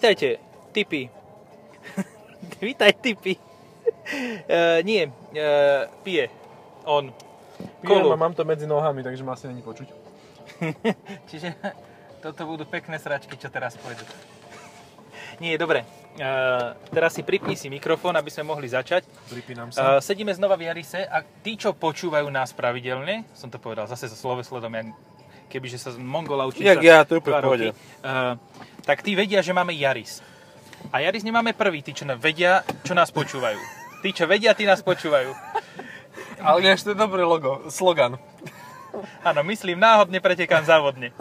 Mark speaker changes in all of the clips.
Speaker 1: Vítajte, typy. Vítaj, typy. Uh, nie, uh, pije. On.
Speaker 2: Kolo.
Speaker 1: Kolu.
Speaker 2: Mám to medzi nohami, takže ma asi není počuť.
Speaker 1: Čiže toto budú pekné sračky, čo teraz pôjdu. Nie, dobre. Uh, teraz si pripni si mikrofón, aby sme mohli začať.
Speaker 2: Pripínam
Speaker 1: Uh,
Speaker 2: sa.
Speaker 1: sedíme znova v Jarise a tí, čo počúvajú nás pravidelne, som to povedal zase so slovesledom, jak, kebyže sa z Mongola učí
Speaker 3: Jak
Speaker 1: sa
Speaker 3: ja, to je úplne
Speaker 1: dva
Speaker 3: v pohode.
Speaker 1: roky, uh, tak tí vedia, že máme Jaris. A Jaris nemáme prvý, tí, čo na- vedia, čo nás počúvajú. Tí, čo vedia, tí nás počúvajú.
Speaker 3: Ale ináč to je dobré logo, slogan.
Speaker 1: Áno, myslím, náhodne pretekám závodne.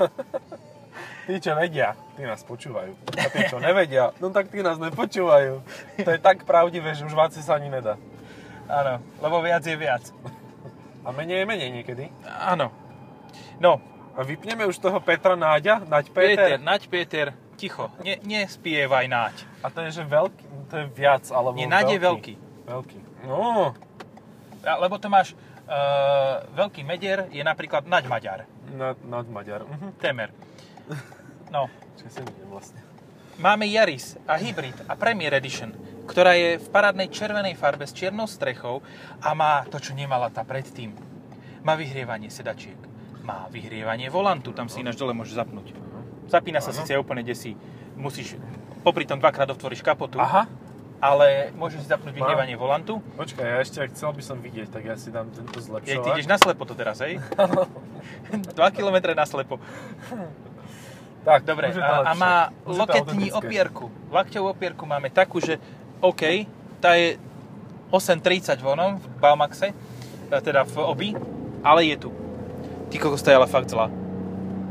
Speaker 2: Tí, čo vedia, tí nás počúvajú. A tí, čo nevedia, no tak tí nás nepočúvajú. To je tak pravdivé, že už váci sa ani nedá.
Speaker 1: Áno, lebo viac je viac.
Speaker 2: A menej je menej niekedy.
Speaker 1: Áno. No,
Speaker 2: A vypneme už toho Petra Náďa, Naď
Speaker 1: Peter,
Speaker 2: Peter.
Speaker 1: Naď Peter, ticho, ne, nespievaj Naď.
Speaker 2: A to je, že veľký, to je viac, alebo
Speaker 1: Nie, Naď je veľký.
Speaker 2: Veľký. No,
Speaker 1: A- Lebo to máš, uh, veľký medier je napríklad Naď Maďar,
Speaker 2: nad, nad Maďar. Mhm.
Speaker 1: temer. No,
Speaker 2: Čo ja si neviem vlastne.
Speaker 1: máme Yaris a Hybrid a Premier Edition, ktorá je v parádnej červenej farbe s čiernou strechou a má to, čo nemala tá predtým. Má vyhrievanie sedačiek, má vyhrievanie volantu, tam si ináč dole môžeš zapnúť. Zapína sa síce úplne desí, musíš, popri tom dvakrát otvoriš kapotu,
Speaker 2: Aha,
Speaker 1: ale môžeš si zapnúť vyhrievanie volantu.
Speaker 2: počkaj, ja ešte chcel by som vidieť, tak ja si dám tento
Speaker 1: Je, ty ideš
Speaker 2: zlepšovať.
Speaker 1: na slepo to teraz, hej? 2 km na slepo.
Speaker 2: Tak,
Speaker 1: Dobre,
Speaker 2: už je to
Speaker 1: a, a
Speaker 2: lepšie.
Speaker 1: má
Speaker 2: Už je to
Speaker 1: loketní
Speaker 2: autentické.
Speaker 1: opierku. Lakťovú opierku máme takú, že OK, tá je 8.30 vonom v Baumaxe, e, teda v obi, ale je tu. Ty kokos, tá je ale fakt zlá.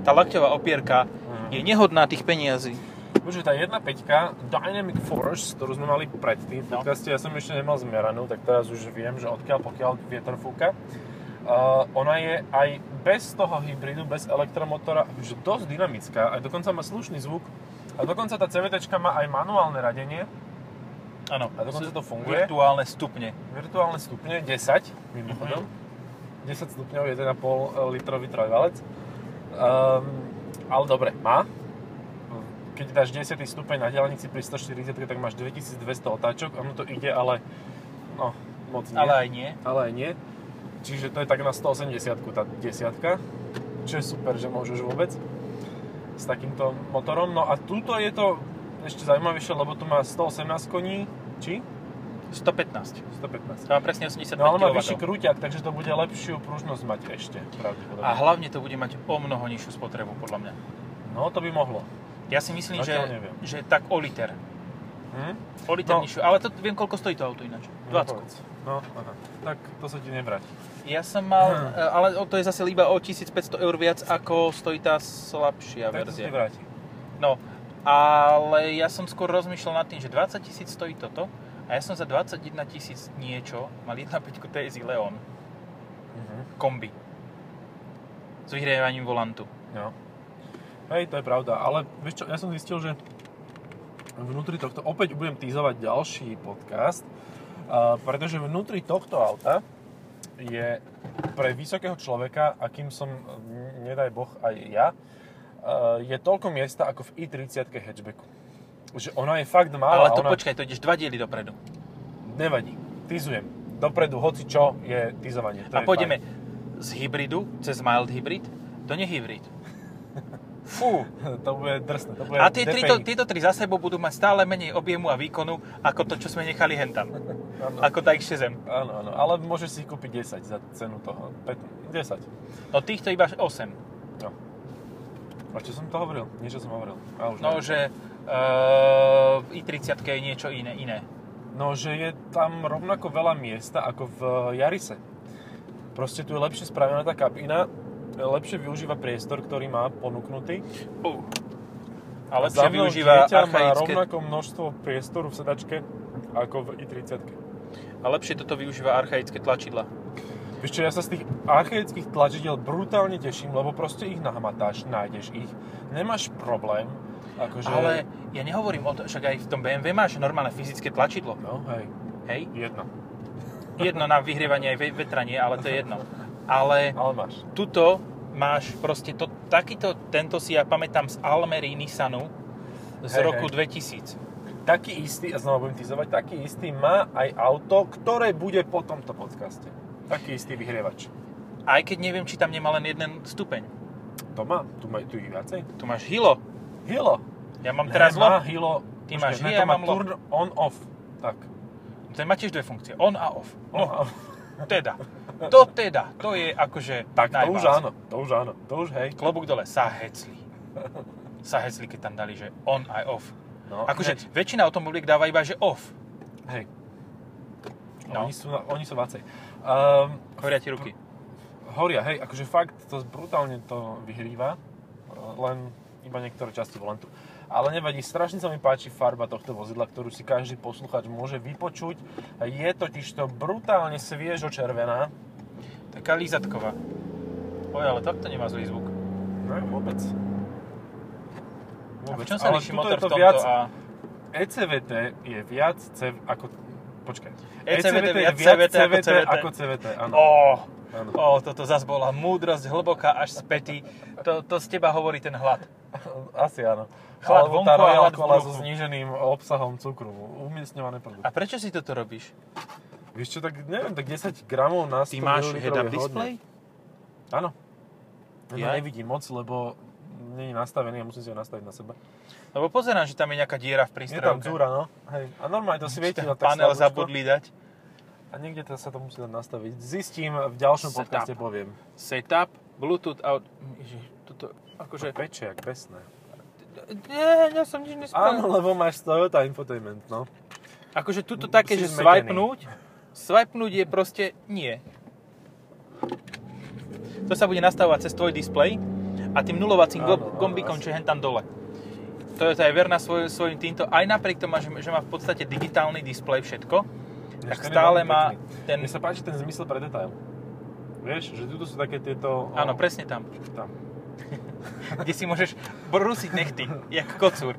Speaker 1: Tá lakťová opierka je nehodná tých peniazí.
Speaker 2: Počuj, tá 1.5 Dynamic Force, ktorú sme mali predtým v
Speaker 1: No.
Speaker 2: podcaste, ja som ešte nemal zmeranú, tak teraz už viem, že odkiaľ pokiaľ vietor fúka. Uh, ona je aj bez toho hybridu, bez elektromotora, že dosť dynamická, aj dokonca má slušný zvuk. A dokonca tá CVT má aj manuálne radenie,
Speaker 1: Áno.
Speaker 2: A dokonca to funguje?
Speaker 1: Virtuálne stupne.
Speaker 2: virtuálne stupne 10, mimochodom.
Speaker 1: Mhm.
Speaker 2: 10 stupňov, 1,5 e, litrový trojvalec. Um, ale dobre, má. Keď dáš 10. stupeň na diálnici pri 140, tak máš 2200 otáčok. Ono to ide, ale no, moc nie.
Speaker 1: Ale aj nie.
Speaker 2: ale aj nie. Čiže to je tak na 180 tá desiatka. Čo je super, že môžeš vôbec s takýmto motorom. No a túto je to ešte zaujímavejšie, lebo tu má 118 koní, či?
Speaker 1: 115.
Speaker 2: 115.
Speaker 1: To má presne 85
Speaker 2: No ale má
Speaker 1: kW.
Speaker 2: vyšší krúťak, takže to bude lepšiu pružnosť mať ešte,
Speaker 1: A
Speaker 2: pravdepodobne.
Speaker 1: hlavne to bude mať o mnoho nižšiu spotrebu, podľa mňa.
Speaker 2: No to by mohlo.
Speaker 1: Ja si myslím, že,
Speaker 2: Zatiaľ neviem.
Speaker 1: že tak o liter.
Speaker 2: Hm?
Speaker 1: O liter
Speaker 2: No.
Speaker 1: nižšiu. Ale to viem, koľko stojí to auto ináč. 20.
Speaker 2: povedz. No, aha. Tak to sa ti nevráti.
Speaker 1: Ja som mal,
Speaker 2: Hmm.
Speaker 1: e, ale o- to je zase iba o 1500 eur viac, ako stojí tá slabšia
Speaker 2: Tak to sa ti
Speaker 1: verzia.
Speaker 2: vráti.
Speaker 1: No, ale ja som skôr rozmýšľal nad tým, že 20 tisíc stojí toto a ja som za 21 tisíc niečo mal 1.5 TSI Leon
Speaker 2: Mhm.
Speaker 1: kombi s vyhrievaním volantu.
Speaker 2: No. Hej, to je pravda, ale vieš čo, ja som zistil, že vnútri tohto, opäť budem týzovať ďalší podcast, a pretože vnútri tohto auta je pre vysokého človeka, akým som, mm, nedaj boh, aj ja, a je toľko miesta ako v i30 hatchbacku. Že ona je fakt
Speaker 1: Ale
Speaker 2: malá.
Speaker 1: to
Speaker 2: ona...
Speaker 1: počkaj, to ideš dva diely dopredu.
Speaker 2: Nevadí, tizujem. Dopredu, hoci čo je tizovanie. To
Speaker 1: A
Speaker 2: je
Speaker 1: pôjdeme z hybridu cez mild hybrid do nehybrid. Fú,
Speaker 2: Fajn. To bude drsné. To bude
Speaker 1: A tie tri, to,
Speaker 2: DPI.
Speaker 1: tieto tri za sebou budú mať stále menej objemu a výkonu ako to, čo sme nechali hentam.
Speaker 2: Áno.
Speaker 1: Ako tá X6M.
Speaker 2: Áno, áno, ale môžeš si ich kúpiť 10 za cenu toho. 5, 10.
Speaker 1: No týchto iba 8.
Speaker 2: No. A čo som to hovoril? Niečo som hovoril. A už
Speaker 1: No,
Speaker 2: neviem.
Speaker 1: že uh, i30 je niečo iné, iné.
Speaker 2: no, že je tam rovnako veľa miesta ako v Jarise. Proste tu je lepšie spravená tá kabína, lepšie využíva priestor, ktorý má ponúknutý.
Speaker 1: Uh. Ale
Speaker 2: Za
Speaker 1: lepšie
Speaker 2: mnou
Speaker 1: využíva
Speaker 2: dieťa má
Speaker 1: archaické,
Speaker 2: rovnako množstvo priestoru v sedačke ako v i30.
Speaker 1: a lepšie toto využíva archaické tlačidla.
Speaker 2: Vieš čo, ja sa z tých archaických tlačidiel brutálne teším, lebo proste ich nahmatáš, nájdeš ich, nemáš problém. Akože,
Speaker 1: Ale ja nehovorím o to, však aj v tom BMW máš normálne fyzické tlačidlo,
Speaker 2: No, hej,
Speaker 1: hej?
Speaker 2: jedno.
Speaker 1: Jedno na vyhrievanie aj ve- vetranie, ale to je jedno. Ale
Speaker 2: Ale máš.
Speaker 1: tuto máš proste to, takýto, tento si ja pamätám z Almery Nissanu, z
Speaker 2: Hej,
Speaker 1: roku
Speaker 2: hej.
Speaker 1: 2000.
Speaker 2: Taký istý, a znova budem tizovať, taký istý má aj auto, ktoré bude po tomto podcaste. Taký istý vyhrievač.
Speaker 1: Aj keď neviem, či tam nemá len jeden stupeň.
Speaker 2: To má, tu má tu ich viacej.
Speaker 1: Tu máš hilo.
Speaker 2: Hilo.
Speaker 1: Ja mám teraz
Speaker 2: Ne,
Speaker 1: lo.
Speaker 2: má hilo.
Speaker 1: Ty máš
Speaker 2: ne,
Speaker 1: hi,
Speaker 2: to
Speaker 1: ja
Speaker 2: má
Speaker 1: mám lo.
Speaker 2: turn on off. Tak.
Speaker 1: Ten má tiež dve funkcie. On a off. No,
Speaker 2: On a off.
Speaker 1: teda. To teda. To je akože
Speaker 2: Tak to už
Speaker 1: najbás.
Speaker 2: áno, to už áno, to už hej.
Speaker 1: Klobúk dole. Sa hecli. Sa hecli, keď tam dali, že on aj off.
Speaker 2: No,
Speaker 1: Akože
Speaker 2: hneď.
Speaker 1: väčšina automobiliek dáva iba, že off.
Speaker 2: Hej.
Speaker 1: No.
Speaker 2: Oni sú, na- oni sú vácej. Um,
Speaker 1: Horia ti ruky.
Speaker 2: horia, hej, akože fakt to brutálne to vyhrýva, eh, len iba niektoré časti volantu. Ale nevadí, strašne sa mi páči farba tohto vozidla, ktorú si každý posluchač môže vypočuť. Je totiž to brutálne sviežo červená.
Speaker 1: Taká lízatková. Oj, ale takto nemá zlý zvuk.
Speaker 2: No vôbec.
Speaker 1: A v
Speaker 2: Vôbec.
Speaker 1: čom sa
Speaker 2: Ale
Speaker 1: líši
Speaker 2: tuto
Speaker 1: motor
Speaker 2: je
Speaker 1: v
Speaker 2: to
Speaker 1: tomto
Speaker 2: viac,
Speaker 1: a...
Speaker 2: E ECVT je viac cev, ako... Počkaj. E
Speaker 1: ECVT je viac CVT ako CVT.
Speaker 2: ako CVT, áno.
Speaker 1: Ó,
Speaker 2: áno.
Speaker 1: ó, toto zas bola múdrosť hlboká až späty. To, to z teba hovorí ten hlad.
Speaker 2: Asi áno.
Speaker 1: Chlad
Speaker 2: Alebo
Speaker 1: vonku
Speaker 2: tá
Speaker 1: a
Speaker 2: Royal
Speaker 1: hlad v
Speaker 2: Cola so
Speaker 1: bruchu.
Speaker 2: zníženým obsahom cukru. Umiestňované
Speaker 1: A
Speaker 2: produkty.
Speaker 1: prečo si toto robíš?
Speaker 2: Vieš čo, tak neviem, tak 10 gramov na 100
Speaker 1: Ty máš
Speaker 2: ml je
Speaker 1: head-up
Speaker 2: hodne.
Speaker 1: display?
Speaker 2: Áno. Ja
Speaker 1: Jaj.
Speaker 2: nevidím moc, lebo nie je nastavený a musím si ho nastaviť na seba.
Speaker 1: Lebo pozerám, že tam je nejaká diera v
Speaker 2: Je tam
Speaker 1: prístrojovke.
Speaker 2: dzúra, no. Hej. A normálne to svieti na tak
Speaker 1: panel
Speaker 2: slabúčko.
Speaker 1: zabudli dať.
Speaker 2: A niekde to sa to musí dať nastaviť. Zistím, v ďalšom
Speaker 1: Setup.
Speaker 2: podcaste poviem.
Speaker 1: Setup, Bluetooth out. Ježiš, toto akože...
Speaker 2: Peče, jak besné.
Speaker 1: Nie, ja som nič nespravil.
Speaker 2: Áno, lebo máš Toyota Infotainment, no.
Speaker 1: Akože tuto také,
Speaker 2: Si
Speaker 1: že
Speaker 2: zmetený.
Speaker 1: swipenúť, swipenúť je proste nie. To sa bude nastavovať cez tvoj displej a tým nulovacím
Speaker 2: Áno,
Speaker 1: gob-
Speaker 2: áno,
Speaker 1: gombikom, čo
Speaker 2: asi.
Speaker 1: je hen tam dole. Toyota je verná svoj, svojim týmto, aj napriek tomu, že, že má v podstate digitálny displej všetko, tak
Speaker 2: Ešte
Speaker 1: stále
Speaker 2: veľmi
Speaker 1: má
Speaker 2: pekný.
Speaker 1: ten...
Speaker 2: Mne sa páči ten zmysel pre detail. Vieš, že tu sú také tieto...
Speaker 1: Áno, presne tam,
Speaker 2: Tam.
Speaker 1: kde si môžeš brúsiť nechty, jak kocúr.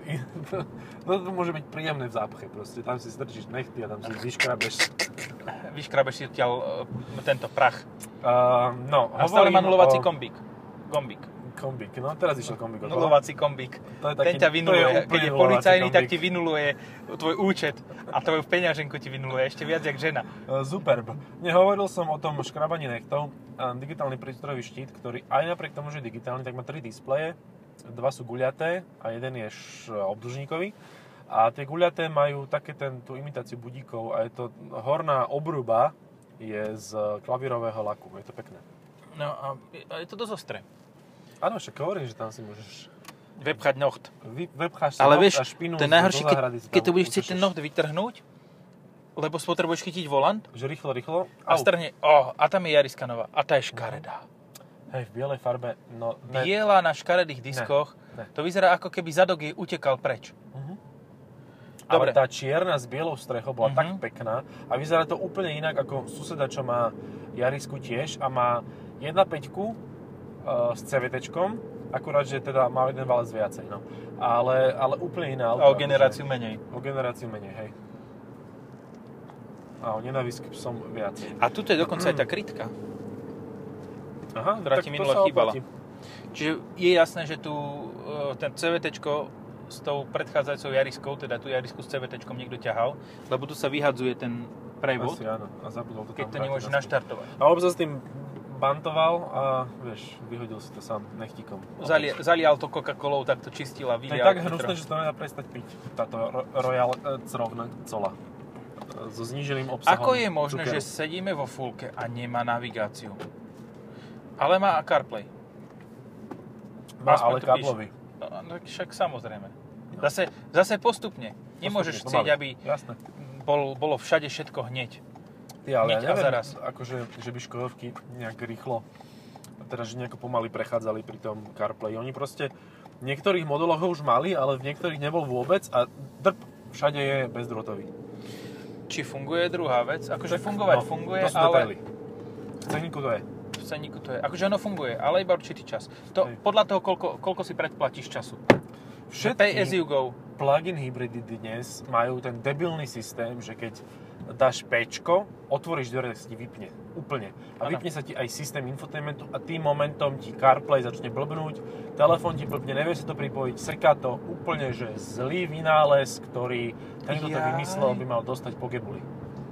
Speaker 2: No to môže byť príjemné v zápche proste. Tam si strčíš nechty a tam si vyškrabeš.
Speaker 1: Vyškrabeš si odtiaľ e, tento prach.
Speaker 2: Uh, no,
Speaker 1: A stále má
Speaker 2: hovorím
Speaker 1: nulovací
Speaker 2: o-
Speaker 1: kombík. Gombík.
Speaker 2: kombík. No teraz išiel E, kombík. okolo.
Speaker 1: Nulovací kombík.
Speaker 2: To je
Speaker 1: Ten ťa
Speaker 2: to
Speaker 1: vynuluje. Keď
Speaker 2: úplne
Speaker 1: je
Speaker 2: nulovací
Speaker 1: policajný, tak ti
Speaker 2: kombík.
Speaker 1: vynuluje tvoj účet a tvoju peňaženku ti vynuluje ešte viac, jak žena.
Speaker 2: Uh, Superb. Nehovoril som o tom škrabaní nechtov. A Digitálny prístrojový štít, ktorý aj napriek tomu, že je digitálny, tak má tri displeje. Dva sú guľaté a jeden je š- obdĺžnikový. A tie guľaté majú také ten, tú imitáciu budíkov a je to horná obruba je z klavírového laku. Je to pekné.
Speaker 1: No a je- a je to dosť ostré.
Speaker 2: Áno, však hovorím, že tam si môžeš...
Speaker 1: Vepchať noht.
Speaker 2: Vy, vepcháš si
Speaker 1: Ale
Speaker 2: noht
Speaker 1: vieš,
Speaker 2: a špinu
Speaker 1: to je
Speaker 2: do
Speaker 1: najhoršie, keď,
Speaker 2: záhrady si
Speaker 1: keď
Speaker 2: tam
Speaker 1: to budeš chcieť
Speaker 2: učešeš.
Speaker 1: ten noht vytrhnúť, lebo spotrebuješ chytiť volant
Speaker 2: Že rýchlo, rýchlo.
Speaker 1: a
Speaker 2: Au.
Speaker 1: strhne, oh, a tam je Jariska nová, a tá je škaredá.
Speaker 2: Hej, v bielej farbe. No, ne.
Speaker 1: Biela na škaredých diskoch,
Speaker 2: ne.
Speaker 1: to vyzerá ako keby zadok jej utekal preč.
Speaker 2: Mhm.
Speaker 1: Dobre.
Speaker 2: Ale tá čierna s bielou strechou bola
Speaker 1: Mhm.
Speaker 2: tak pekná a vyzerá to úplne inak ako suseda, čo má Jarisku tiež a má 1.5 uh, s CVT, akurát, že teda má o jeden valec viacej, no. Ale, ale úplne iná auto.
Speaker 1: A o
Speaker 2: akože-
Speaker 1: generáciu menej.
Speaker 2: O generáciu menej, hej. A o nenávisť k psom viac.
Speaker 1: A tuto je dokonca aj tá krytka.
Speaker 2: Aha,
Speaker 1: Ktorá
Speaker 2: tak
Speaker 1: ti
Speaker 2: to
Speaker 1: minule
Speaker 2: sa
Speaker 1: chýbala.
Speaker 2: oplatí.
Speaker 1: Čiže je jasné, že tu e, ten CVT s tou predchádzajúcou Jariskou, teda tú Jarisku s CVT niekto ťahal, lebo tu sa vyhadzuje ten prevod,
Speaker 2: Asi áno, a zabudol to
Speaker 1: keď
Speaker 2: tam
Speaker 1: to
Speaker 2: vrátiť
Speaker 1: nemôžeš
Speaker 2: naspäť.
Speaker 1: naštartovať.
Speaker 2: A obzor s tým bantoval a vieš, vyhodil si to sám nechtíkom.
Speaker 1: Zali, zalial to Coca-Colou, tak to čistila,
Speaker 2: To je
Speaker 1: vylial.
Speaker 2: tak
Speaker 1: vytrhol.
Speaker 2: hnusné, že to nedá prestať piť. Táto ro- Royal eh, Crovna cola. Eh, So zníženým obsahom
Speaker 1: Ako je možné,
Speaker 2: cukeru.
Speaker 1: že sedíme vo fulke a nemá navigáciu? Ale má a CarPlay.
Speaker 2: Má
Speaker 1: aspoň
Speaker 2: ale
Speaker 1: to
Speaker 2: káblový.
Speaker 1: No, no však samozrejme. Zase, zase postupne. Nemôžeš
Speaker 2: Postupne,
Speaker 1: chcieť,
Speaker 2: pomaly.
Speaker 1: aby
Speaker 2: Jasné.
Speaker 1: bol, bolo všade všetko hneď.
Speaker 2: Ty, ale ja
Speaker 1: hneď a
Speaker 2: neviem,
Speaker 1: zaraz.
Speaker 2: akože, že by škodovky nejak rýchlo, teda že nejako pomaly prechádzali pri tom CarPlay. Oni proste v niektorých modeloch ho už mali, ale v niektorých nebol vôbec a drp, všade je bezdrôtový.
Speaker 1: Či funguje je druhá vec? Akože
Speaker 2: Tak, no,
Speaker 1: fungovať funguje,
Speaker 2: to sú
Speaker 1: ale...
Speaker 2: detaily. V ceníku to je.
Speaker 1: v ceníku to je. Akože ono funguje, ale iba určitý čas. To,
Speaker 2: Hej.
Speaker 1: podľa toho, koľko, koľko si predplatíš času. Pay as
Speaker 2: Všetky
Speaker 1: you go.
Speaker 2: plug-in hybridy dnes majú ten debilný systém, že keď dáš pečko, otvoríš dvere, tak sa ti vypne. Úplne. A
Speaker 1: Áno.
Speaker 2: vypne sa ti aj systém infotainmentu a tým momentom ti CarPlay začne blbnúť, telefón ti blbne, nevie sa to pripojiť, seká to úplne, že zlý vynález, ktorý ten, kto to
Speaker 1: Jaj.
Speaker 2: vymyslel, by mal dostať po gebuli.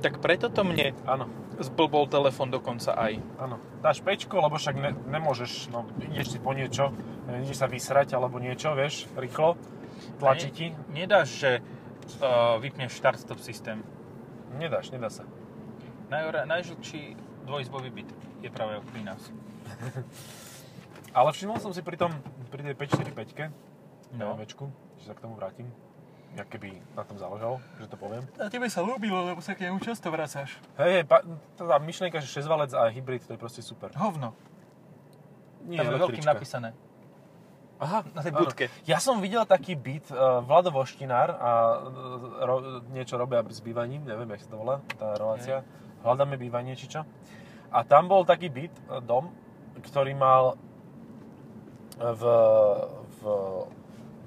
Speaker 1: Tak preto to mne
Speaker 2: Áno,
Speaker 1: zblbol telefon dokonca aj.
Speaker 2: áno. Dáš pečko, lebo však ne, nemôžeš, no ideš si po niečo, neviem, ideš sa vysrať alebo niečo, vieš, rýchlo, tlačí ti.
Speaker 1: Nedáš, že uh, vypneš start-stop systém.
Speaker 2: Nedáš, nedá sa.
Speaker 1: Najora, najžilčí dvojizbový byt je práve pri nás.
Speaker 2: Ale všimol som si pri tom, pri tej 545-ke,
Speaker 1: No.
Speaker 2: no. že sa k tomu vrátim, ja keby na tom záležalo, že to poviem.
Speaker 1: A tebe sa ľúbilo, lebo sa k nemu často vracáš.
Speaker 2: Hej, hej, pa, tá myšlienka, že šesťvalec a hybrid, to je proste super.
Speaker 1: Hovno.
Speaker 2: Nie,
Speaker 1: Tam je veľkým
Speaker 2: električka.
Speaker 1: napísané.
Speaker 2: Aha,
Speaker 1: Na tej
Speaker 2: áno.
Speaker 1: budke.
Speaker 2: Ja som videl taký byt, uh, Vlado Voštinár a eh, ro, niečo robia s bývaním, neviem, jak sa to volá, tá relácia. Hľadáme bývanie, či čo. A tam bol taký byt, eh, dom, ktorý mal e, v, v...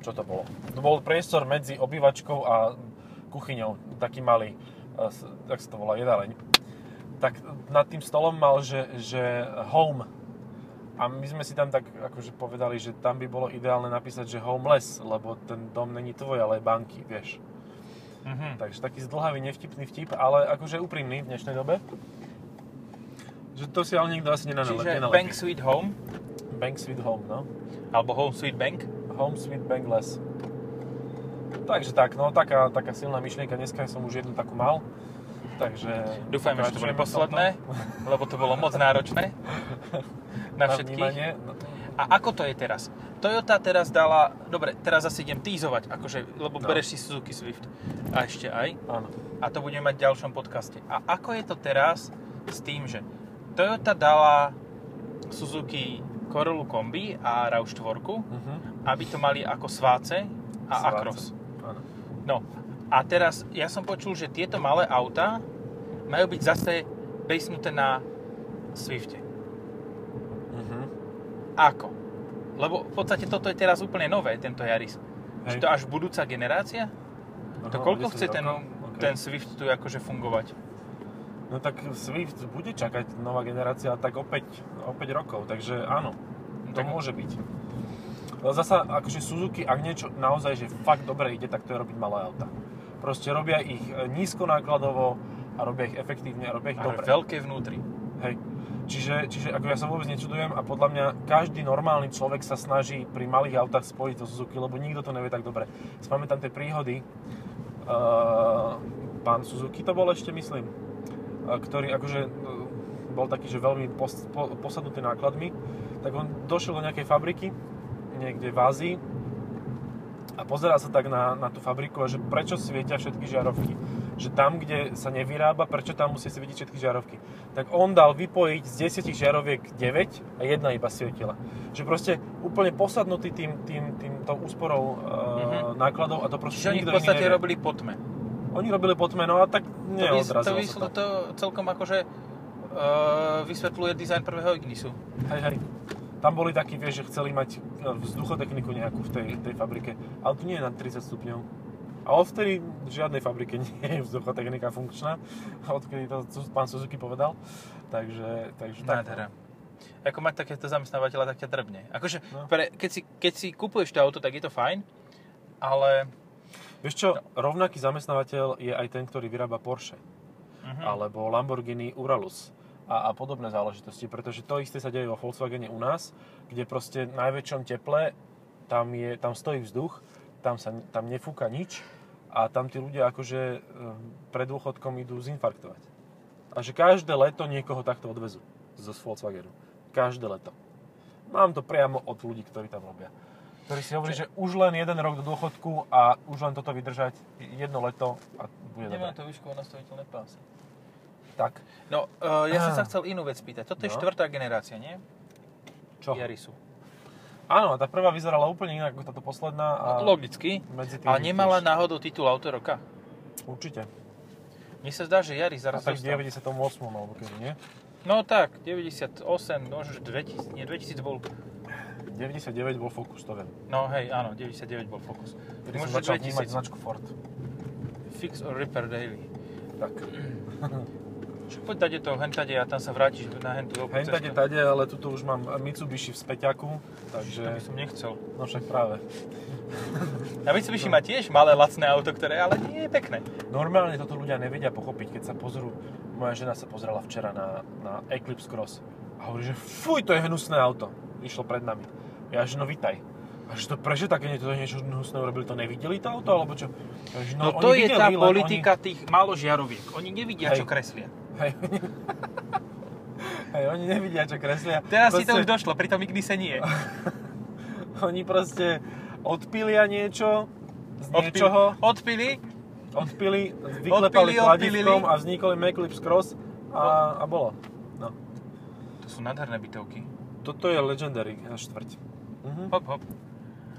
Speaker 2: Čo to bolo? To bol priestor medzi obývačkou a kuchyňou, taký malý, eh, s- tak sa to volá, jedáleň. Tak nad tým stolom mal, že, že home. A my sme si tam tak akože povedali, že tam by bolo ideálne napísať, že homeless, lebo ten dom není tvoj, ale je banky, vieš.
Speaker 1: Mhm.
Speaker 2: Takže taký zdlhavý, nevtipný vtip, ale akože úprimný v dnešnej dobe. Že to si ale nikto asi nenalepí.
Speaker 1: Čiže
Speaker 2: nenalepí.
Speaker 1: Bank Sweet Home,
Speaker 2: bank Sweet Home, no.
Speaker 1: alebo Home Sweet Bank.
Speaker 2: Home Sweet Bangless. Takže tak, no taká, taká silná myšlienka, dneska som už jednu takú mal. Takže...
Speaker 1: Dúfajme, že to bude
Speaker 2: pokračujeme v tomto.
Speaker 1: posledné, lebo to bolo moc náročné na všetkých.
Speaker 2: vnímanie. No,
Speaker 1: A ako to je teraz? Toyota teraz dala, dobre, teraz asi idem týzovať, akože, lebo
Speaker 2: No.
Speaker 1: bereš si Suzuki Swift a ešte aj,
Speaker 2: áno.
Speaker 1: a to budeme mať v ďalšom podcaste. A ako je to teraz s tým, že Toyota dala Suzuki Corolla Kombi a RAV4,
Speaker 2: Mhm.
Speaker 1: aby to mali ako sváce a
Speaker 2: Sváce.
Speaker 1: Acros.
Speaker 2: áno.
Speaker 1: No a teraz ja som počul, že tieto malé autá majú byť zase basenuté na Swifte.
Speaker 2: Mhm.
Speaker 1: Ako? Lebo v podstate toto je teraz úplne nové, tento Yaris.
Speaker 2: Hej.
Speaker 1: Či to až budúca generácia?
Speaker 2: Aha,
Speaker 1: to koľko
Speaker 2: 10
Speaker 1: chce ten,
Speaker 2: rokov? Ok.
Speaker 1: ten Swift tu akože fungovať?
Speaker 2: No tak Swift bude čakať nová generácia tak o 5, o 5 rokov, takže áno,
Speaker 1: No
Speaker 2: to
Speaker 1: Tak-
Speaker 2: môže byť. Ale zasa, akože Suzuki, ak niečo naozaj, že fakt dobre ide, tak to je robiť malé auta. Proste robia ich e, nízko nákladovo a robia ich efektívne a robia ich
Speaker 1: Ale
Speaker 2: dobre.
Speaker 1: veľké vnútri.
Speaker 2: Hej. Čiže, čiže ako ja sa vôbec nečudujem a podľa mňa každý normálny človek sa snaží pri malých autách spojiť to Suzuki, lebo nikto to nevie tak dobre. Spamätám tie príhody, uh, pán Suzuki to bol ešte, myslím, eh, ktorý akože eh, bol taký, že veľmi pos, po, posadnutý nákladmi, tak on došiel do nejakej fabriky, niekde v Ázii, a pozerá sa tak na, na tú fabriku a že prečo svietia všetky žiarovky. Že tam, kde sa nevyrába, prečo tam musí svietiť všetky žiarovky. Tak on dal vypojiť z 10 žiaroviek 9 a jedna iba svietila. Že proste úplne posadnutý tým, tým, tým tou úsporou uh, nákladov a to proste
Speaker 1: Mhm. Čiže oni v
Speaker 2: nikto iný
Speaker 1: podstate
Speaker 2: nevie.
Speaker 1: robili potme.
Speaker 2: Oni robili potmeno a tak
Speaker 1: To, vys- to,
Speaker 2: neodrazilo to
Speaker 1: vysl-
Speaker 2: sa to.
Speaker 1: to celkom akože uh, vysvetľuje dizajn prvého Ignisu.
Speaker 2: Hej, hej. Tam boli takí, vieš, že chceli mať e, vzduchotechniku nejakú v tej, tej fabrike, ale tu nie je na 30 stupňov. A odvtedy v žiadnej fabrike nie je vzduchotechnika funkčná, odkedy to Su- pán Suzuki povedal. Takže, takže tak.
Speaker 1: Nádhera. no. Ako mať takéto zamestnávateľa, tak ťa drbne. Akože,
Speaker 2: No.
Speaker 1: pre, keď, si, keď si kupuješ to auto, tak je to fajn, ale...
Speaker 2: Vieš čo, rovnaký zamestnávateľ je aj ten, ktorý vyrába Porsche. Hm. alebo Lamborghini Uralus a, a podobné záležitosti, pretože to isté sa deje vo Volkswagene u nás, kde proste v najväčšom teple tam, je, tam stojí vzduch, tam, sa, tam nefúka nič a tam tí ľudia akože eh, pred dôchodkom idú zinfarktovať. A že každé leto niekoho takto odvezú zo Volkswagenu. Každé leto. Mám to priamo od ľudí, ktorí tam robia. Ktorí si hovorí, že už len jeden rok do dôchodku a už len toto vydržať jedno leto a bude
Speaker 1: Nemá
Speaker 2: dobre.
Speaker 1: to výškovo nastaviteľné pásy.
Speaker 2: Tak,
Speaker 1: No, uh, ja som
Speaker 2: Ah.
Speaker 1: sa chcel inú vec pýtať. Toto je
Speaker 2: No.
Speaker 1: štvrtá generácia, nie?
Speaker 2: čo?
Speaker 1: Jarisu.
Speaker 2: Áno, tá prvá vyzerala úplne inak ako táto posledná a
Speaker 1: Logicky.
Speaker 2: medzi tým...
Speaker 1: No, A nemala
Speaker 2: tiež-
Speaker 1: náhodou titul auto roka?
Speaker 2: Určite.
Speaker 1: Mne sa zdá, že Jaris
Speaker 2: A
Speaker 1: zaraz
Speaker 2: tak
Speaker 1: dostal.
Speaker 2: v 98. alebo keď nie.
Speaker 1: No tak, 98, možno že 2000, nie, 2000 bol...
Speaker 2: 99 bol Focus, to viem.
Speaker 1: No hej, áno, 99 bol Focus.
Speaker 2: Kedy som
Speaker 1: Možno
Speaker 2: začal
Speaker 1: 2000.
Speaker 2: vnímať značku Ford.
Speaker 1: Fix or Repair Daily.
Speaker 2: tak.
Speaker 1: Čo poď tady to, hen tady a tam sa vrátiš na hen tú
Speaker 2: Hej, tade, tade, ale tuto už mám Mitsubishi v späťaku, takže...
Speaker 1: To by som nechcel.
Speaker 2: No však práve.
Speaker 1: A Mitsubishi má tiež malé lacné auto, ktoré ale nie je pekné.
Speaker 2: Normálne toto ľudia nevedia pochopiť, keď sa pozrú. Moja žena sa pozrela včera na, na Eclipse Cross a hovorí, že fuj, to je hnusné auto. Išlo pred nami. Ja že no vitaj. A že to prečo také nie, toto niečo hnusné urobili, to nevideli to auto, alebo čo? Ja, že,
Speaker 1: No,
Speaker 2: oni
Speaker 1: to je
Speaker 2: videli,
Speaker 1: tá
Speaker 2: len
Speaker 1: politika tých maložiaroviek. Oni nevidia,
Speaker 2: Hej.
Speaker 1: čo kreslia.
Speaker 2: Oni, hej, oni- hej, oni nevidia, čo kreslia.
Speaker 1: Teraz si to
Speaker 2: Proste-
Speaker 1: už došlo, pri tom Ignise nie.
Speaker 2: Oni proste odpilia niečo z niečoho,
Speaker 1: Odpili,
Speaker 2: odpili, vyklepali
Speaker 1: Odpili,
Speaker 2: kladivkom
Speaker 1: odpilili.
Speaker 2: a vznikol im Eclipse Cross a, a bolo. No.
Speaker 1: to sú nádherné bytovky.
Speaker 2: Toto je Legendary na štvrť. Mhm.
Speaker 1: Hop, hop.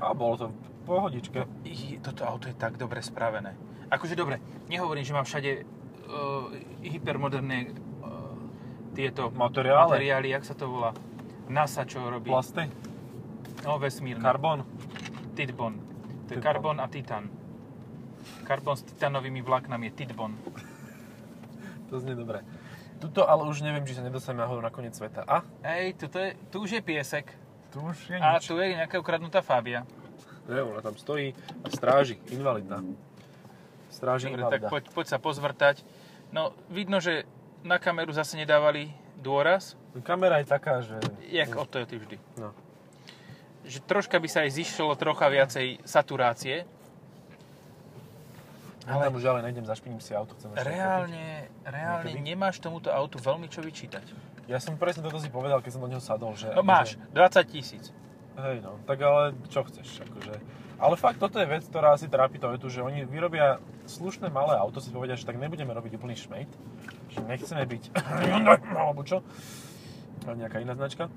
Speaker 2: A bolo to v pohodičke.
Speaker 1: I- Toto auto je tak dobre spravené. Akože dobre, nehovorím, že mám všade uh, hypermoderné uh, tieto
Speaker 2: Materiály.
Speaker 1: materiály, jak sa to volá. NASA čo robí?
Speaker 2: Plasty,
Speaker 1: No, vesmírne.
Speaker 2: karbon.
Speaker 1: Titbon. To je
Speaker 2: Titbon.
Speaker 1: karbon a titan. Karbon s titanovými vláknami je titbon.
Speaker 2: To znie dobre. Tuto ale už neviem, či sa nedostaneme náhodou na koniec sveta. A?
Speaker 1: Ej, toto je, tu už je piesek.
Speaker 2: Tu už je
Speaker 1: A tu je nejaká ukradnutá Fabia.
Speaker 2: Ne, ona tam stojí a stráži. Invalidná. Stráži
Speaker 1: Dobre, tak
Speaker 2: invalidná.
Speaker 1: poď, poď sa pozvrtať. No, vidno, že na kameru zase nedávali dôraz,
Speaker 2: Kamera je taká, že...
Speaker 1: jak od Toyoty vždy.
Speaker 2: No.
Speaker 1: Že troška by sa aj zišlo trocha viacej saturácie.
Speaker 2: Ale...
Speaker 1: Ale
Speaker 2: Tam už ale nejdem, zašpiním si auto. Chcem ešte
Speaker 1: reálne, reálne
Speaker 2: Niekedy?
Speaker 1: nemáš tomuto autu veľmi čo vyčítať.
Speaker 2: fotiť. Ja som presne toto si povedal, keď som do neho sadol, že...
Speaker 1: No máš, 20 tisíc.
Speaker 2: Hej no, tak ale čo chceš, akože. Ale fakt, toto je vec, ktorá asi trápi to je tu, že oni vyrobia slušné malé auto, si povedia, že tak nebudeme robiť úplný šmejt, že nechceme byť Hyundai, alebo čo, ale nejaká iná značka.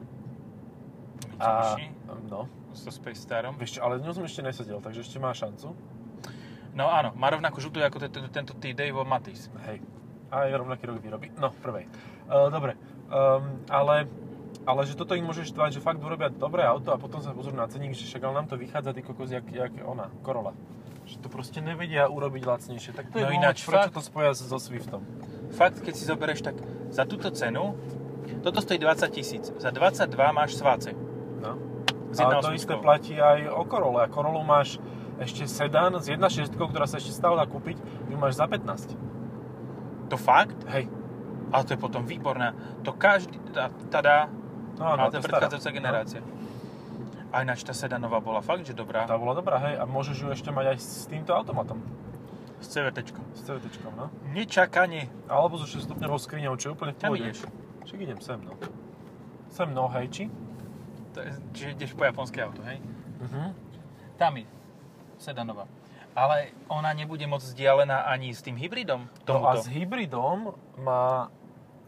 Speaker 2: A,
Speaker 1: Mitsubishi,
Speaker 2: no,
Speaker 1: so Space Starom.
Speaker 2: vieš čo, ale v ňom som ešte nesedel, takže ešte má šancu.
Speaker 1: No áno, má rovnakú žltú ako tento, tento T-Dave Matis.
Speaker 2: Hej, aj rovnaký rok výroby. No, v prvej. Uh, dobre, um, ale, ale že toto im môže štvať, že fakt urobia dobré auto a potom sa pozrú na ceník, že však ale nám to vychádza ty kokos, jak, jak ona, Corolla. Že to proste nevedia urobiť lacnejšie. Tak to je
Speaker 1: No
Speaker 2: dôvod,
Speaker 1: ináč
Speaker 2: prečo
Speaker 1: fakt.
Speaker 2: to spoja s- so Swiftom.
Speaker 1: Fakt, keď si zoberieš tak za túto cenu, toto stojí 20 tisíc, za 22 máš sváce.
Speaker 2: No.
Speaker 1: S
Speaker 2: A
Speaker 1: jednou
Speaker 2: to
Speaker 1: osmičkou.
Speaker 2: isté platí aj o Corolla. A Corollu máš ešte sedan s 1.6, ktorá sa ešte stále dá kúpiť, ju máš za 15.
Speaker 1: To fakt,
Speaker 2: Hej.
Speaker 1: ale to je potom výborná. To každý, tá, tada,
Speaker 2: No,
Speaker 1: ale
Speaker 2: áno,
Speaker 1: to je
Speaker 2: stará.
Speaker 1: predchádzajúca generácia. A ináč tá sedanová bola fakt, že
Speaker 2: No, tá
Speaker 1: dobrá.
Speaker 2: bola dobrá, hej. A môžeš ju ešte mať aj s týmto automatom.
Speaker 1: S CVT.
Speaker 2: S CVTčkom, no.
Speaker 1: Nečakanie.
Speaker 2: Alebo so 6 stupňovou skriňou, čo je úplne v
Speaker 1: Kam
Speaker 2: pohode.
Speaker 1: ideš?
Speaker 2: Však idem sem, no. Sem, no, hej, či?
Speaker 1: To je, čiže ideš po japonské auto, hej? Mhm.
Speaker 2: Uh-huh.
Speaker 1: Tam je. Sedanová. Ale ona nebude moc vzdialená ani s tým hybridom
Speaker 2: No a
Speaker 1: tomuto.
Speaker 2: s hybridom má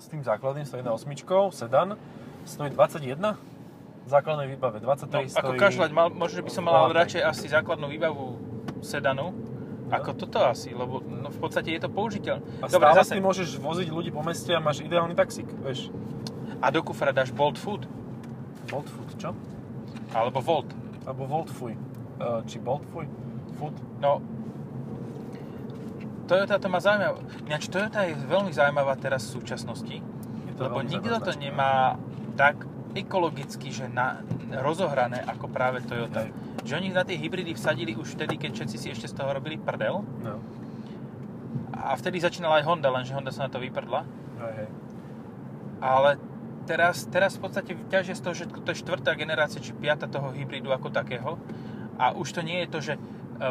Speaker 2: s tým základným 118, sedan, stojí 21 v základnej výbave,
Speaker 1: No,
Speaker 2: 23 stojí...
Speaker 1: ako kašľať, mal, možno že by som mal ale
Speaker 2: vládnej.
Speaker 1: radšej asi základnú výbavu sedanu, ako toto asi, lebo no, v podstate je to použiteľ.
Speaker 2: A
Speaker 1: Dobre,
Speaker 2: stále
Speaker 1: zase.
Speaker 2: si môžeš voziť ľudí po meste a máš ideálny taxík, vieš.
Speaker 1: A do kufra dáš Bolt Food,
Speaker 2: Bolt food, čo?
Speaker 1: alebo Volt.
Speaker 2: Alebo Volt fuj. Uh, či Bolt fuj? Food?
Speaker 1: No, Toyota to má zaujímavé. Ináč Toyota je veľmi zaujímavá teraz v súčasnosti,
Speaker 2: Je
Speaker 1: lebo
Speaker 2: veľmi
Speaker 1: nikto to
Speaker 2: zaujímavá značka.
Speaker 1: nemá tak ekologicky, že na, rozohrané ako práve Toyota.
Speaker 2: Hej.
Speaker 1: Že oni na tie hybridy vsadili už vtedy, keď všetci si ešte z toho robili prdel.
Speaker 2: No,
Speaker 1: A vtedy začínala aj Honda, lenže Honda sa na to vyprdla.
Speaker 2: hej, hej.
Speaker 1: Ale teraz, teraz v podstate ťažia z toho, že to je štvrtá generácia či piata toho hybridu ako takého. A už to nie je to, že e,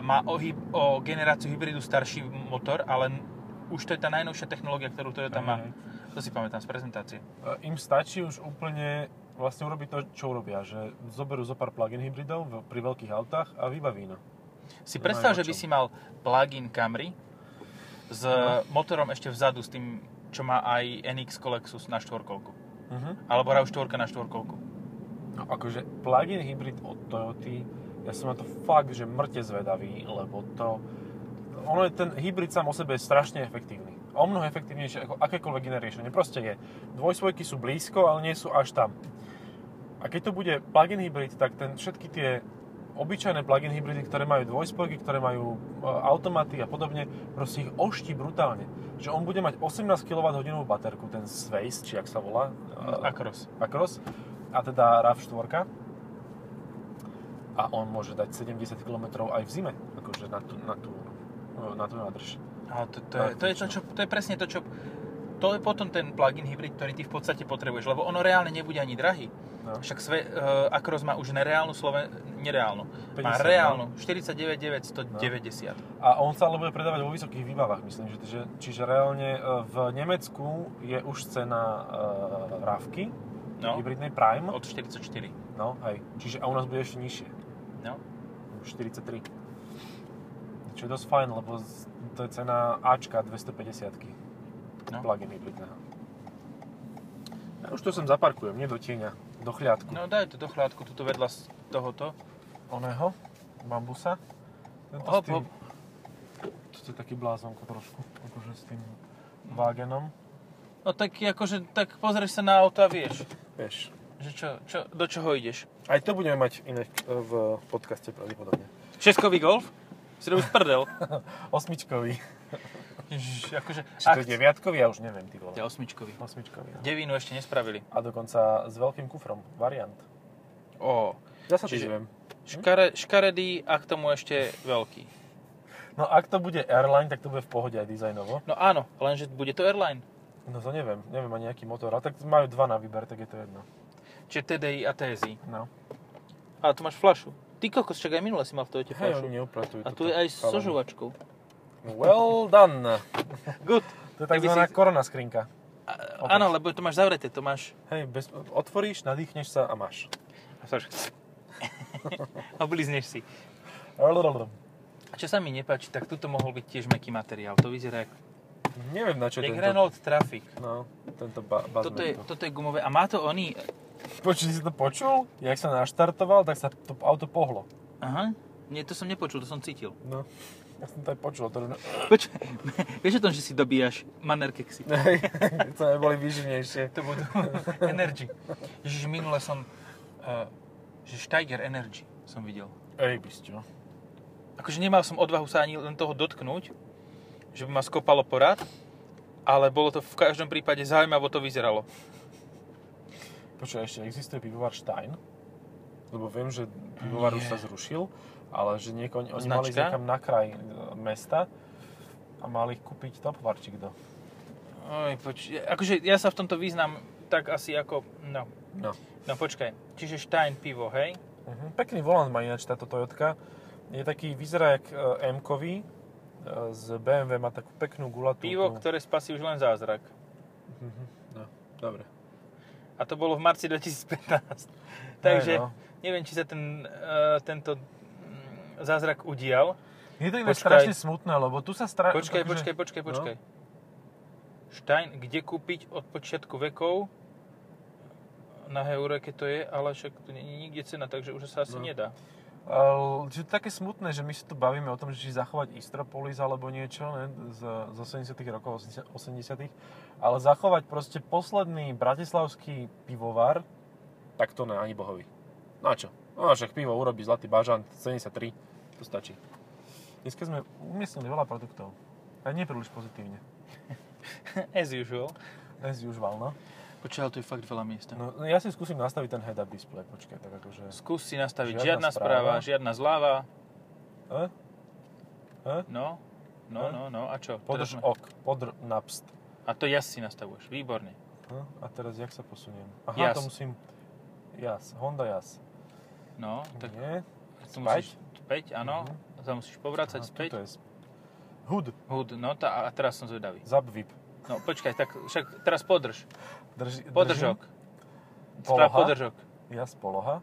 Speaker 1: má o, hyb, o generáciu hybridu starší motor, ale n- už to je tá najnovšia technológia, ktorú Toyota
Speaker 2: Hej,
Speaker 1: má.
Speaker 2: hej.
Speaker 1: To si pamätám z prezentácie.
Speaker 2: E, im stačí už úplne vlastne urobiť to, čo urobia, že zoberú zo pár plug-in hybridov v, pri veľkých autách a vybaví no.
Speaker 1: Si
Speaker 2: Nemajú
Speaker 1: predstav,
Speaker 2: o
Speaker 1: že by
Speaker 2: čom.
Speaker 1: si mal plug-in Camry s motorom ešte vzadu, s tým, čo má aj NX Lexus na štvorkolku.
Speaker 2: Uh-huh.
Speaker 1: Alebo RAV4 na štvorkolku.
Speaker 2: No akože plug-in hybrid od Toyoty, ja som na to fakt, že mŕte zvedavý, lebo to, ono je ten hybrid sám o sebe je strašne efektívny. O mnoho efektívnejšie ako akékoľvek iné riešenie. Proste je. Dvojsvojky sú blízko, ale nie sú až tam. A keď to bude plug-in hybrid, tak ten všetky tie obyčajné plug-in hybridy, ktoré majú dvojspojky, ktoré majú e, automaty a podobne, proste ich ošti brutálne. Že on bude mať 18 kWh baterku, ten Swace, či ak sa volá.
Speaker 1: No,
Speaker 2: e,
Speaker 1: Akros.
Speaker 2: Acros, a teda RAV4. A on môže dať 70 km aj v zime, akože na tú, na tú, eh, na tú nádrž.
Speaker 1: A No, to, to, je, to, je to, čo, to je presne to, čo... To je potom ten plug-in hybrid, ktorý ty v podstate potrebuješ, lebo ono reálne nebude ani drahý.
Speaker 2: No.
Speaker 1: Však sve, uh, Akros má už nereálnu Sloven... Nereálnu. má
Speaker 2: 50, no.
Speaker 1: reálnu. 49,990.
Speaker 2: A on sa ale bude predávať vo vysokých výbavách, myslím, že, že čiže reálne e, v Nemecku je už cena e, rávky,
Speaker 1: No.
Speaker 2: hybridnej Prime,
Speaker 1: Od 44.
Speaker 2: no hej, čiže a u nás bude ešte nižšie,
Speaker 1: No.
Speaker 2: 43. Čo je dosť fajn, lebo z- to je cena Ačka 250
Speaker 1: No.
Speaker 2: plug-in hybridného. Ja už to sem zaparkujem, nie do tieňa, do chliadku.
Speaker 1: no daj to do chládku, tuto vedľa z tohoto.
Speaker 2: Oného, bambusa. Tento
Speaker 1: Hop,
Speaker 2: s tým,
Speaker 1: hop.
Speaker 2: Toto je taký blázonko trošku, akože s tým vágenom.
Speaker 1: No tak akože, tak pozrieš sa na auto a vieš,
Speaker 2: Vieš,
Speaker 1: že čo, čo, do čoho ideš.
Speaker 2: aj to budeme mať inak e, v podcaste pravdepodobne.
Speaker 1: Šeskový golf? Si robíš prdel.
Speaker 2: Osmičkový.
Speaker 1: Ježiš, akože,
Speaker 2: Či to je deviatkový, ja už neviem, ty vole.
Speaker 1: Ja osmičkový.
Speaker 2: Osmičkový. no.
Speaker 1: Devínu ešte nespravili.
Speaker 2: A dokonca s veľkým kufrom, variant.
Speaker 1: Ó,
Speaker 2: Ja
Speaker 1: Čiže-
Speaker 2: sa Čiže... divím.
Speaker 1: škare, škaredý a k tomu ešte veľký.
Speaker 2: No ak to bude airline, tak to bude v pohode aj dizajnovo.
Speaker 1: No áno, lenže bude to airline.
Speaker 2: No to neviem, neviem ani aký motor, ale tak majú dva na výber, tak je to jedno.
Speaker 1: Čiže TDI a TSI.
Speaker 2: No.
Speaker 1: Ale tu máš flašu. Ty kokos, čak aj minule si mal v Toyote
Speaker 2: Hej,
Speaker 1: flašu.
Speaker 2: oni neupratujú
Speaker 1: A
Speaker 2: toto.
Speaker 1: tu je aj so
Speaker 2: Chalani.
Speaker 1: žuvačkou.
Speaker 2: Well done.
Speaker 1: Good.
Speaker 2: To je
Speaker 1: Tak by
Speaker 2: takzvaná
Speaker 1: si-
Speaker 2: korona skrinka.
Speaker 1: A,
Speaker 2: Opäť.
Speaker 1: áno, lebo to máš zavreté, to máš...
Speaker 2: Hej, bez, otvoríš, nadýchneš sa a máš.
Speaker 1: Oblizneš si.
Speaker 2: Rrrrrrr.
Speaker 1: A čo sa mi nepáči, tak tuto mohol byť tiež meký materiál. To vyzerá ako
Speaker 2: Neviem na čo
Speaker 1: jak
Speaker 2: tento...
Speaker 1: Renault Traffic.
Speaker 2: No, tento ba- buzz
Speaker 1: Toto je,
Speaker 2: to.
Speaker 1: toto je gumové. A má to oný...
Speaker 2: Počuť, si to počul? Jak sa naštartoval, tak sa to auto pohlo.
Speaker 1: Aha. Nie, to som nepočul, to som cítil.
Speaker 2: No. Ja som to aj počul. To...
Speaker 1: Počkaj, vieš o tom, že si dobíjaš maner keksy?
Speaker 2: Hej, keď sa neboli výživnejšie.
Speaker 1: To budú Energy. Ježiš, minule som, uh, že Steiger Energy som videl.
Speaker 2: Ej, bysťo.
Speaker 1: Akože nemal som odvahu sa ani len toho dotknúť, že by ma skopalo porad, ale bolo to v každom prípade zaujímavo to vyzeralo.
Speaker 2: Počuť, ešte existuje pivovar Stein? Lebo viem, že pivovar už
Speaker 1: Nie.
Speaker 2: sa zrušil, ale že nieko, oni
Speaker 1: Značka?
Speaker 2: mali ísť niekam na kraj e, mesta a mali kúpiť topovar, či kto.
Speaker 1: Oj, poč- akože ja sa v tomto význam tak asi ako, no,
Speaker 2: No.
Speaker 1: no počkaj. Čiže Stein pivo, hej?
Speaker 2: Mhm, Pekný volant má ináč táto Toyotka. Je taký, vyzerá jak m z BMW, má takú peknú gulatú.
Speaker 1: Pivo, ktoré spasí už len zázrak.
Speaker 2: Mhm, No, dobre.
Speaker 1: A to bolo v marci 2015. Takže
Speaker 2: Hej, no.
Speaker 1: neviem, či sa ten, uh, tento mm, zázrak udial.
Speaker 2: Je to
Speaker 1: ináč
Speaker 2: ináč
Speaker 1: strašne
Speaker 2: strašne smutné, lebo tu sa akože- strašne...
Speaker 1: Počkaj, počkaj, počkaj, počkaj. Stein, kde kúpiť od počiatku vekov? Na Heureke to je, ale však tu nie je nikde cena, takže už sa asi
Speaker 2: No.
Speaker 1: nedá.
Speaker 2: Že to je také smutné, že my sa tu bavíme o tom, že či zachovať Istropolis alebo niečo ne, z, z 80 rokov, 80 ale zachovať proste posledný bratislavský pivovar, tak to ne, ani bohovi. No a čo? No a však pivo urobí Zlatý bažant 73, to stačí. Dneska sme umiestnili veľa produktov. A nie príliš pozitívne.
Speaker 1: As usual.
Speaker 2: As usual, no.
Speaker 1: Počkaj, ale tu je fakt veľa miesta.
Speaker 2: no. ja si skúsim nastaviť ten head-up display, počkaj, tak akože...
Speaker 1: Skús si nastaviť žiadna,
Speaker 2: Žiadna
Speaker 1: správa,
Speaker 2: správa.
Speaker 1: žiadna zľava.
Speaker 2: E? E?
Speaker 1: No, no,
Speaker 2: Hm?
Speaker 1: no, no. A čo? Teraz
Speaker 2: Podrž
Speaker 1: sme-
Speaker 2: ok, podr napst.
Speaker 1: A to jas si nastavuješ. Výborne.
Speaker 2: No, A teraz jak sa posuniem? Aha,
Speaker 1: Jas.
Speaker 2: to musím... Jas, Honda Jas.
Speaker 1: No, tak
Speaker 2: Nie?
Speaker 1: to musíš späť, áno.
Speaker 2: Mhm.
Speaker 1: To musíš povrácať
Speaker 2: Aha,
Speaker 1: späť.
Speaker 2: tuto je. Hud,
Speaker 1: Hud, no tá, a teraz som zvedavý.
Speaker 2: zapvip.
Speaker 1: No počkaj, tak však teraz podrž.
Speaker 2: Drži,
Speaker 1: Podržok.
Speaker 2: držím.
Speaker 1: Správ
Speaker 2: Poloha.
Speaker 1: podržok.
Speaker 2: Jas, poloha.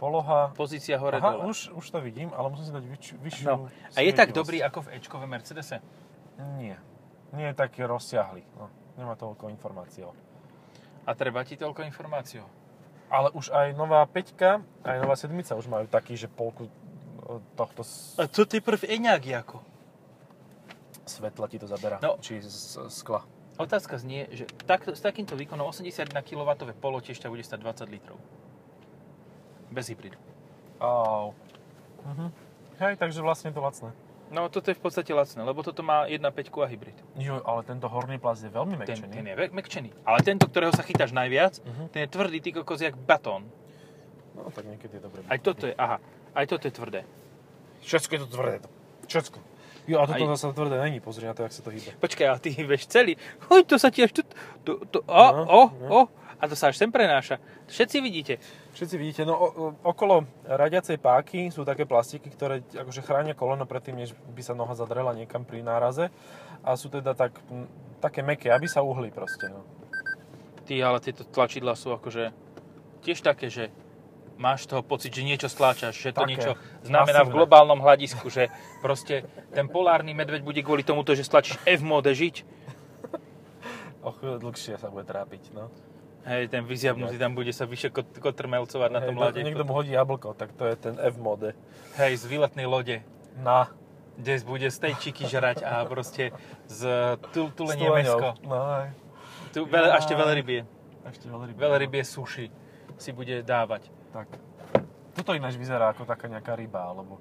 Speaker 2: Poloha.
Speaker 1: Pozícia hore
Speaker 2: Aha,
Speaker 1: dole.
Speaker 2: už, už to vidím, ale musím si dať vyč, vyššiu
Speaker 1: No. A je tak
Speaker 2: svietivosť.
Speaker 1: dobrý ako v Ečkove Mercedese?
Speaker 2: Nie. Nie je taký rozsiahly. No, nemá toľko informácií.
Speaker 1: A treba ti toľko informácií.
Speaker 2: Ale už aj nová 5 aj nová 7 už majú taký, že polku e, tohto s-
Speaker 1: A co ty prv Eňák ako?
Speaker 2: svetla ti to zaberá.
Speaker 1: No.
Speaker 2: Či z, z skla.
Speaker 1: Otázka znie, že takto, s takýmto výkonom 81 kW polo tiež ťa bude stať 20 litrov. Bez hybridu.
Speaker 2: Au. Mhm. Hej, takže vlastne je to lacné.
Speaker 1: No toto je v podstate lacné, lebo toto má 1.5 a hybrid.
Speaker 2: Jo, ale tento horný plast je veľmi
Speaker 1: Ten,
Speaker 2: mekčený.
Speaker 1: ten je ve- mekčený. Ale tento, ktorého sa chytáš najviac,
Speaker 2: Mhm.
Speaker 1: ten je tvrdý, ty kokos, jak batón.
Speaker 2: No tak niekedy je dobré.
Speaker 1: Aj toto je, aha, aj toto je tvrdé.
Speaker 2: Všetko je to tvrdé. Všetko. Jo, a toto
Speaker 1: Aj-
Speaker 2: zase tvrdé není, pozri na to, jak sa to hýbe.
Speaker 1: Počkaj, ale ty hýbeš celý. Hoj, to sa ti až tu... tu, tu o,
Speaker 2: No,
Speaker 1: o,
Speaker 2: no.
Speaker 1: o. A to sa až sem prenáša. Všetci vidíte.
Speaker 2: Všetci vidíte, no o, o- okolo radiacej páky sú také plastiky, ktoré ti akože chránia koleno predtým, než by sa noha zadrela niekam pri náraze a sú teda tak, m, také meké, aby sa uhli proste. No.
Speaker 1: Ty, ale tieto tlačidla sú akože tiež také, že máš toho pocit, že niečo stláčaš, že to
Speaker 2: Také.
Speaker 1: niečo znamená v
Speaker 2: Masívne.
Speaker 1: globálnom hľadisku, že proste ten polárny medveď bude kvôli tomuto, že stlačíš F mode žiť.
Speaker 2: O chvíľu dlhšie sa bude trápiť. No.
Speaker 1: Hej, ten vyziabnutý tam bude sa vyše kot- kotrmelcovať na
Speaker 2: Hej,
Speaker 1: tom
Speaker 2: no,
Speaker 1: lade.
Speaker 2: niekto mu hodí jablko, tak to je ten F mode.
Speaker 1: Hej, z výletnej lode,
Speaker 2: Na.
Speaker 1: kde bude stejčiky žrať a proste z tu, tulenie
Speaker 2: stuleňou.
Speaker 1: mesko.
Speaker 2: No, hej.
Speaker 1: Tu veľa, ešte veľrybie.
Speaker 2: Ešte veľrybie.
Speaker 1: Veľrybie suši si bude dávať.
Speaker 2: Tak. Toto ináč vyzerá ako taká nejaká ryba, alebo,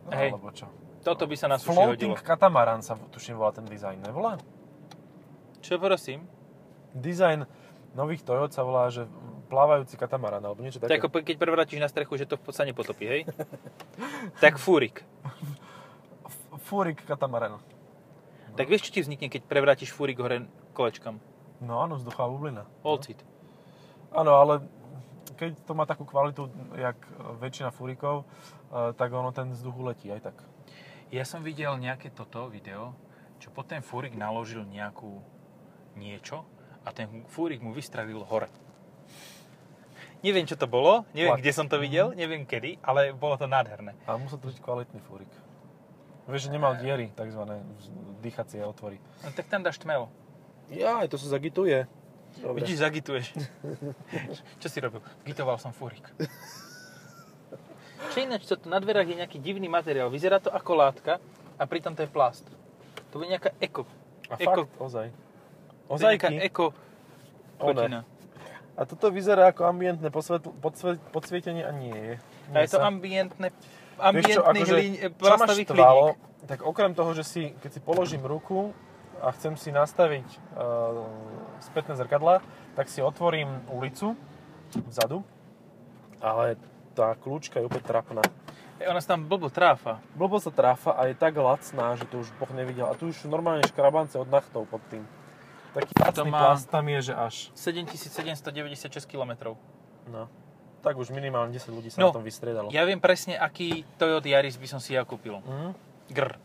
Speaker 1: No, Hej.
Speaker 2: alebo čo.
Speaker 1: Toto by sa na suši hodilo.
Speaker 2: Floating katamaran sa tuším volá ten dizajn, nevolá?
Speaker 1: Čo prosím?
Speaker 2: Dizajn nových Toyot sa volá, že plávajúci katamaran, alebo niečo
Speaker 1: To je
Speaker 2: také.
Speaker 1: ako keď prevrátiš na strechu, že to v podstate nepotopí, hej? tak fúrik.
Speaker 2: F- Fúrik katamaran.
Speaker 1: Tak vieš, čo ti vznikne, keď prevrátiš fúrik hore kolečkom?
Speaker 2: No áno, vzduchová bublina.
Speaker 1: Olcit.
Speaker 2: Áno, ale keď to má takú kvalitu, jak väčšina fúrikov, eh, tak ono ten vzduch letí aj tak.
Speaker 1: Ja som videl nejaké toto video, čo potom fúrik naložil nejakú niečo a ten fúrik mu vystrelil hore. Neviem, čo to bolo, neviem,
Speaker 2: Tlak.
Speaker 1: kde som to videl, neviem kedy, ale bolo to nádherné.
Speaker 2: A musel to byť kvalitný fúrik. Vieš, že
Speaker 1: Eh.
Speaker 2: nemal diery, takzvané vz- dýchacie otvory.
Speaker 1: No, tak tam dáš tmel.
Speaker 2: Ja, to sa zagituje.
Speaker 1: Vidíš, zagituješ. Čo si robil? Gitoval som fúrik. Čo ináč, toto na dverách je nejaký divný materiál. Vyzerá to ako látka a pritom to je plast. To je nejaká eko.
Speaker 2: A
Speaker 1: Eko-
Speaker 2: fakt, ozaj.
Speaker 1: To je nejaká
Speaker 2: Ozajky.
Speaker 1: eko kotina.
Speaker 2: A toto vyzerá ako ambientné posvetl- podsve- podsvietenie a nie je.
Speaker 1: A je to ambientné, ambientný hlín,
Speaker 2: čo ma
Speaker 1: plastový
Speaker 2: štvalo,
Speaker 1: hliník.
Speaker 2: tak okrem toho, že si, keď si položím ruku a chcem si nastaviť uh, spätné zrkadla, tak si otvorím ulicu vzadu, ale tá kľúčka je úplne trapná.
Speaker 1: E, Ona sa tam blbo tráfa.
Speaker 2: Blbo sa tráfa a je tak lacná, že to už Boh nevidel. A tu už normálne škrabance od nachtov pod tým. Taký
Speaker 1: To
Speaker 2: lacný
Speaker 1: má-
Speaker 2: plast tam je, že až.
Speaker 1: 7796 km.
Speaker 2: No. Tak už minimálne 10 ľudí sa
Speaker 1: No,
Speaker 2: na tom vystriedalo.
Speaker 1: Ja viem presne, aký Toyota Yaris by som si ja kúpil.
Speaker 2: Mhm,
Speaker 1: Gr.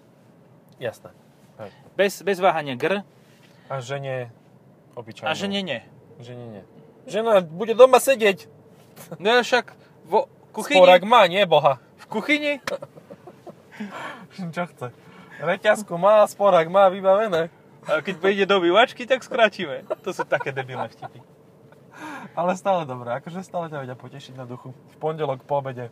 Speaker 2: jasné. Hej.
Speaker 1: Bez, bez váhania gr.
Speaker 2: A žene obyčajne.
Speaker 1: A že nie, nie.
Speaker 2: Žene nie. Žena bude doma sedieť.
Speaker 1: No ja však vo kuchyni...
Speaker 2: Sporák má, nie boha.
Speaker 1: V kuchyni?
Speaker 2: Čo chce? Reťazku má, sporák má, vybavené.
Speaker 1: A keď pôjde do bývačky, tak skrátime. To sú také debilné vtipy.
Speaker 2: Ale stále dobré, akože stále ťa vedia potešiť na duchu. V pondelok po obede.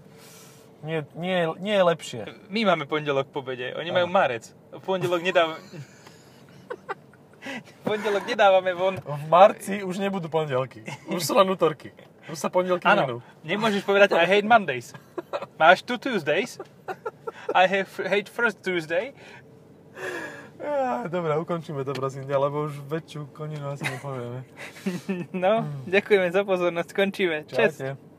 Speaker 2: Nie, nie, nie je lepšie.
Speaker 1: My máme pondelok po obede, oni majú marec. V pondelok nedávame... V pondelok nedávame von...
Speaker 2: V marci už nebudú pondelky. Už sú len útorky. Už sa pondelky minú.
Speaker 1: Áno, nemôžeš povedať I hate Mondays. Máš two Tuesdays, I have, hate first Tuesday,
Speaker 2: Á, Dobre, ukončíme to prosím ťa, lebo už väčšiu koninu asi nepovieme.
Speaker 1: No, ďakujeme za pozornosť, skončíme. Čest.
Speaker 2: Čaute.